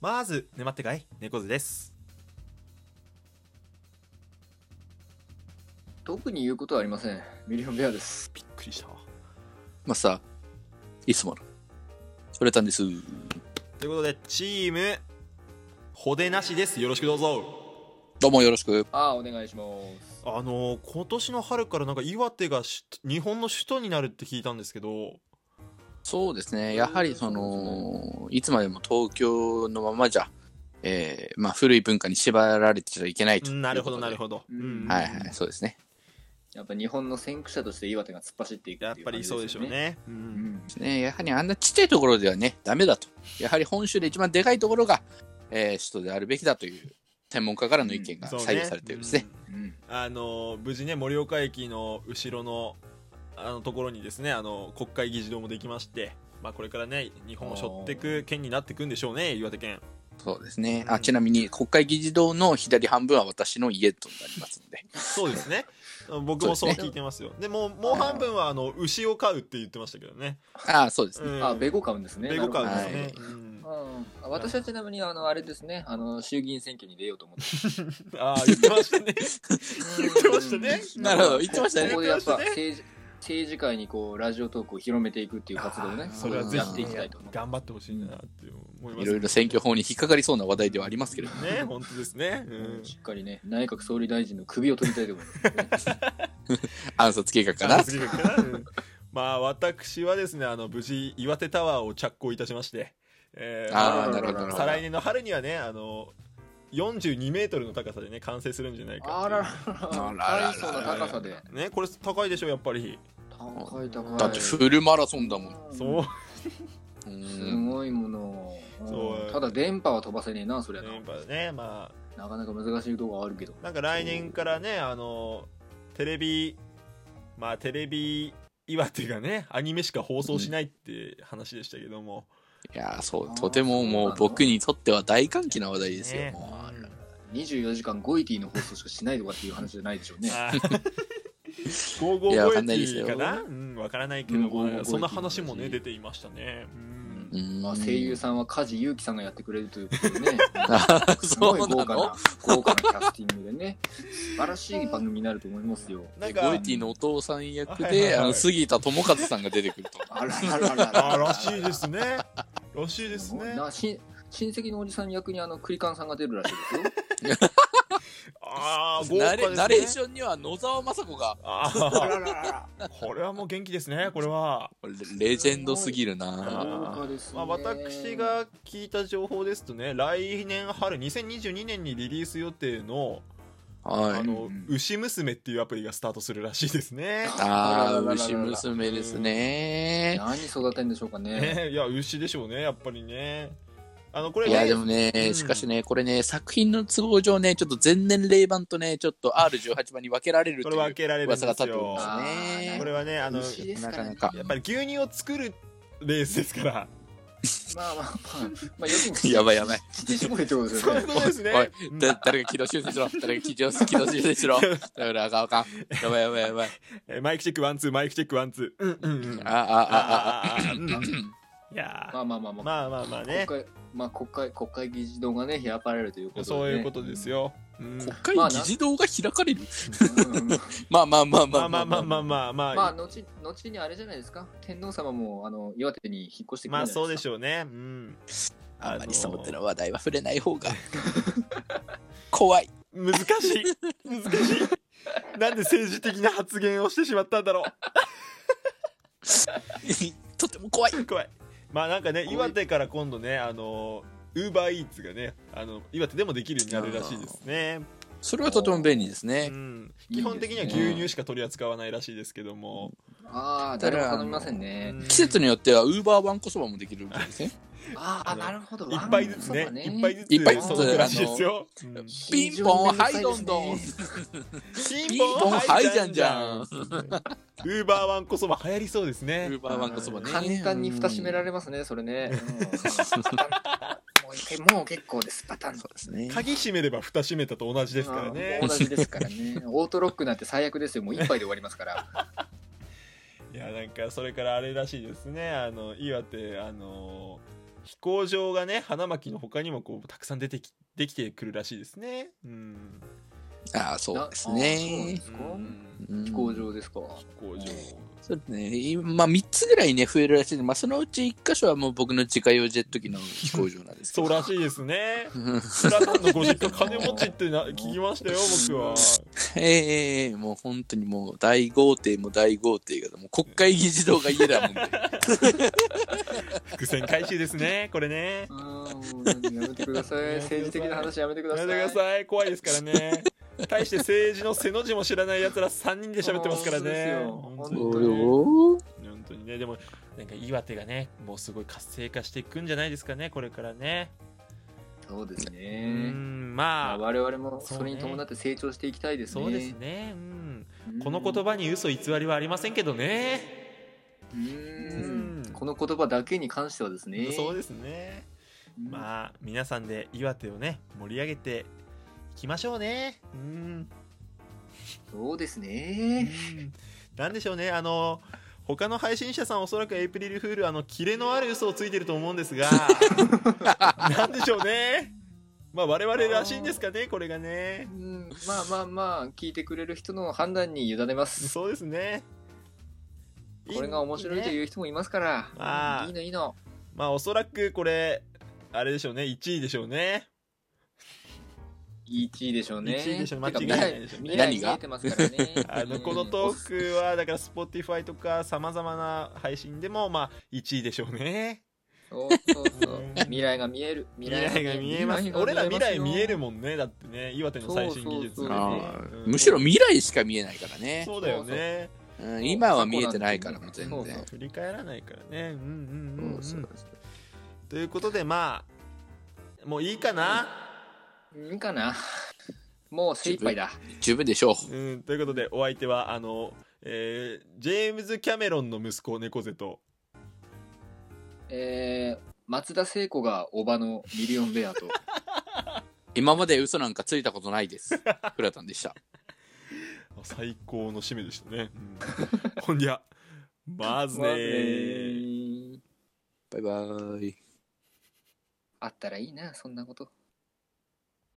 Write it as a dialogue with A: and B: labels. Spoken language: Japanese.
A: まず沼ってかい猫背です
B: 特に言うことはありません。ミリオンベアです。
A: びっくりしたわ
C: マスター、いつもの。それたんです。
A: ということでチームほでなしですよろしくどうぞ
C: どうもよろしく。
B: ああ、お願いします。
A: あのー今年の春からなんか岩手がし日本の首都になるって聞いたんですけど
C: そうですね。やはりその、いつまでも東京のままじゃ、えー、まあ古い文化に縛られてちゃいけないということで。
A: なるほどなるほど、
B: うん
A: うん
C: はいはい、そうですね。
B: やっぱ日本の先駆者として岩手が突っ走っていく
A: や
B: っ
A: って
B: いう
A: ぱ
B: 感
A: り
B: じ
A: そうでしょう
B: よね。
A: ね、う、
B: うんん。
C: ねやはりあんなちっちゃいところではね、ダメだと。やはり本州で一番でかいところが、えー、首都であるべきだという専門家からの意見が
A: そうね
C: 採用されているんですね。
A: うん
B: うん。
A: あの無事ね盛岡駅の後ろのあのところにですねあの国会議事堂もできまして、まあ、これからね日本を背負っていく県になっていくんでしょうね岩手県
C: そうですね。
A: う
C: あ、
A: ん
C: ちなみに国会議事堂の左半分は私の家となりますので。
A: そうです ね僕もそう聞いてますよでももう半分はあの牛を飼うって言ってましたけどね、
C: ああ、そうですね。
A: うん
B: ああ、ベゴ買うんですね。
A: 米語飼うんですね、
C: はい
A: うん
B: うんあ私はちなみにあのあれですねあの衆議院選挙に出ようと思って
A: ああ言ってましたね 言ってましたね
B: うん
C: なるほど言ってましたね
B: ここでやっ
A: 言
B: ぱ
A: ってました
B: 政治政治界にこうラジオトークを広めていくっていう活動を
A: あ
B: ね
A: ーそれはぜ
B: やっ
A: ひ
B: ていきたいと思って
A: 頑張ってほしいなって思います
C: いろいろ選挙法に引っかかりそうな話題ではありますけれども。
A: ね本当ですね、う
B: うんん、しっかりね内閣総理大臣の首を取りたいと思いますね
C: 暗殺計画か
A: あ
C: な。
A: 次かなうんまあ私はですねあの無事岩手タワーを着工いたしまして、えー
C: あ
A: ま
B: ーなるほどなるほど
A: 再来年の春にはねあの42メートルの高さでね完成するんじゃないか
B: あらら
C: あららら
B: 大層な高さで
A: ねこれ高いでしょやっぱり、
B: 高い高い
C: だってフルマラソンだもん。
A: そう
C: う
B: す
C: ん。
B: ごいもの、うん
A: そう
B: ただ電波は飛ばせねえなそりゃな
A: やっぱねま
B: なかなか難しい動画はあるけど
A: あなんか来年からねあのテレビまあテレビ岩手がねアニメしか放送しないって話でしたけども、
C: いやー、そう、とてももう僕にとっては大歓喜な話題ですよ。
A: ね
C: もうあら
B: 24時間ゴイティの放送しかしないとかっていう話じゃないでしょ うね
A: あーゴーゴ
C: い
A: ー
C: や
A: ゴエ
C: わか
A: テ
C: んないです
A: ィ
C: よ
A: かなうん、わからないけど、
B: うんゴーゴー
A: まあ
B: ゴエティ
A: そんな話もね
B: の話
A: 出ていましたね、うん
C: うん
B: まあ、声優さんは梶裕貴さんがやってくれるということで ね
C: あ
B: すごい
C: そう
B: 豪
C: な
B: 華
C: の
B: な豪華なキャスティングでね素晴らしい番組になると思いますよ
A: なん
C: ゴ
A: か
C: イティのお父さん役
A: はいはいはい
C: で、あの、杉田智和さんが出てくると。
B: あらららら
A: あーらしいですねらしいですす
B: ごい
A: ね
B: なし親戚のおじさん役にあのクリカンさんが出るらしいですよ
A: ああ豪華
C: ナ
A: で
C: レ
A: すね
C: ナレーションには野沢雅子が、
A: あ
B: ららら
A: ーこれはもう元気ですねこれは、
C: レレジェンドすぎるな
A: あー
B: 豪華ですね
A: まあ、私が聞いた情報ですとね来年春2022年にリリース予定の「
C: は
A: あ
C: い。
A: の牛娘」っていうアプリがスタートするらしいですね
C: ああ、牛娘ですね。
B: 何育てんでしょうか ね
A: ねいや牛でしょうねやっぱりねあのこれ
C: いや、
A: ね
C: でも
A: う
C: ね
A: ん、
C: しかしね、これね、作品の都合上ね、ちょっと全年齢版とね、ちょっと R18 番に分けられる
A: ことれ
C: い
A: 分
C: う
A: けられるん
C: 噂が
A: です
C: 立ってるん
A: よ
C: で
B: あ
C: す
A: こ
B: ー
C: ね。
A: れはねあの
B: 牛です
C: な
B: か
C: からな
B: ね
C: か。
A: やっぱり牛乳を作るレースですから。
B: まあまあまあまあ要するに
C: やばいやばい。
B: 聞いてしまえってことです
A: そう
B: よ
A: い
B: ね
A: うことですね。
C: おい、だ誰が軌道修正しろ。誰が軌道軌道修正しろ。だからあかんあかん。やばいやばいやばい。
A: えマイクチェックワンツー、マイクチェックワンツー。うんうんうん。
C: あああああ。
A: あー、うんいや
B: ま
A: ー
B: あまあまあまあ、
A: まあまあまあね。
B: 国会まあ国会国会議事堂がね開かれるということで、ね、
A: そういうことですよ。うん
C: 国会議事堂が開かれる。
B: うん
C: まあまあまあま
A: まあ
C: あ
A: ま
C: ま
A: あ
C: あ
A: ま
C: ま
A: あまあまあ
C: あ。
A: まあ。
B: ま
A: ま
B: あ後後にあれじゃないですか天皇様もあの岩手に引っ越して
A: あ、
B: くるんじゃない
A: そうですしょうね。うん。
C: あんまりその手
A: あ
C: の話題は触れない方が。怖い。
A: の難しい。難しい。なんで政治的な発言をしてしまったんだろ
C: とても怖い。
A: う。怖い。まあなんかね、岩手から今度ね、あの、ウーバーイーツがね、あの、岩手でもできるようになるらしいですね。
C: それはとても便利ですね
A: う。ん。
B: いいで
A: 基
B: すね
A: 本的には牛乳しか取り扱わないらしいですけども、
B: ああ誰も頼みませんね
A: うん
C: 季節によってはウーバーワンコそばもできるみたいですね。
B: あーあなるほど
A: 一杯ずつね
B: ワンコ
A: 一
B: そば
A: 杯ずつ
C: 一杯ずつ
A: 届くらしいですよ、うん
C: ピンポン、はい、どんどん。
A: ピ
C: ピンポン、はい、じゃんじゃん。ウ
A: ウーバーワンこそば流行りそうですね
C: ーバーワンコそばね。
B: 簡単に蓋閉められますねそれね、 うんもう一回もう結構ですパタンと
C: ますね。
A: 鍵閉めれば蓋閉めたと同じですから
B: あ
A: ね
B: ーもう同じで すからねオートロックなんて最悪ですよもう一杯で終わりますから
A: いやなんかそれからあれらしいですねあの岩手あの飛行場がね花巻の他にもこうたくさん出てきできてくるらしいですね。うん、
C: ああ、そうです
B: あそうで
C: ね。
B: す
A: う
B: か
A: ん
C: 飛
B: 飛行場ですか。
A: 飛行場
C: そうですね。今、まあ、3つぐらいね、増えるらしいんで、まあ、そのうち1箇所はもう僕の自家用ジェット機の飛行場なんですけ
A: そ
C: ど。
A: うらしいですね。
C: うん
A: スラタンのご実家金持ちってな聞きましたよ僕は。
C: ええもう本当にもう大豪邸も大豪邸が、もう国会議事堂が家だもんね。
A: 伏線回収ですねこれね。
B: うん、もうやめてくだ さい。政治的な話やめてくださ
A: や
B: い。
A: めてください怖いですから ね。対して政治の背の字も知らない奴ら3人で喋ってますからね。
B: 本当
A: 本当
B: ですよ
C: そう
A: に
C: よ。
A: 本当にねでもなんか岩手がねもうすごい活性化していくんじゃないですかねこれからね
B: そうです
A: う
B: ね。
A: ん
B: ま
A: ま
B: あ
A: あ
B: 我々もそれに伴って成長していきたいですね。
A: そうですねうん
B: うん
A: この言葉に嘘偽りはありませんけどね
B: うん
A: うん
B: この言葉だけに関してはですね。
A: そうですね
B: うん
A: まあ皆さんで岩手をね盛り上げていきましょうねうん
B: そうです
A: う
B: ね。
A: んなんでしょうねあの他の配信者さんおそらくエイプリルフールあのキレのある嘘をついてると思うんです がなんでしょうねまあ我々らしいんですかねこれがね
B: うんまあまあまあ聞いてくれる人の判断に委ねます。
A: そうですね。
B: これが面白いと
A: ね
B: いう人もいますから。
A: ああ
B: いいのいいの。
A: まあおそらくこれあれでしょうね1位でしょうね
B: 1位でしょうね。
A: 1位でしょう間違
B: て
A: い
B: か
A: ないでしょうね
B: 未来見えてますからね。
A: あのこのトークはだから Spotify とかさまざまな配信でもまあ1位でしょうね
B: そうそうそう。未来が見える。
A: 未来が見えます俺ら未来見えるもんねだってね岩手の最新技術
B: そうそうそう
A: がね
C: あ
A: うん
C: むしろ未来しか見えないからね。
A: そうだよね
C: うん、今は見えてないからもう全
B: そう
C: 然。
A: 振り返らないからねうんうんうん、うん、
C: そう
A: ということでまあもういいかな、
B: うんいいかな。もう精一杯だ。
C: 十分でしょう。
A: うん、ということでお相手はあの、えージェームズ・キャメロンの息子猫背と
B: えー、松田聖子がおばのミリオンベアと。
C: 今まで嘘なんかついたことないです。フラタンでした。
A: 最高の締めでしたね、うん ほんじゃまずね
B: まあね
A: ー
B: ー
C: バイバイ。
B: あったらいいな、そんなこと。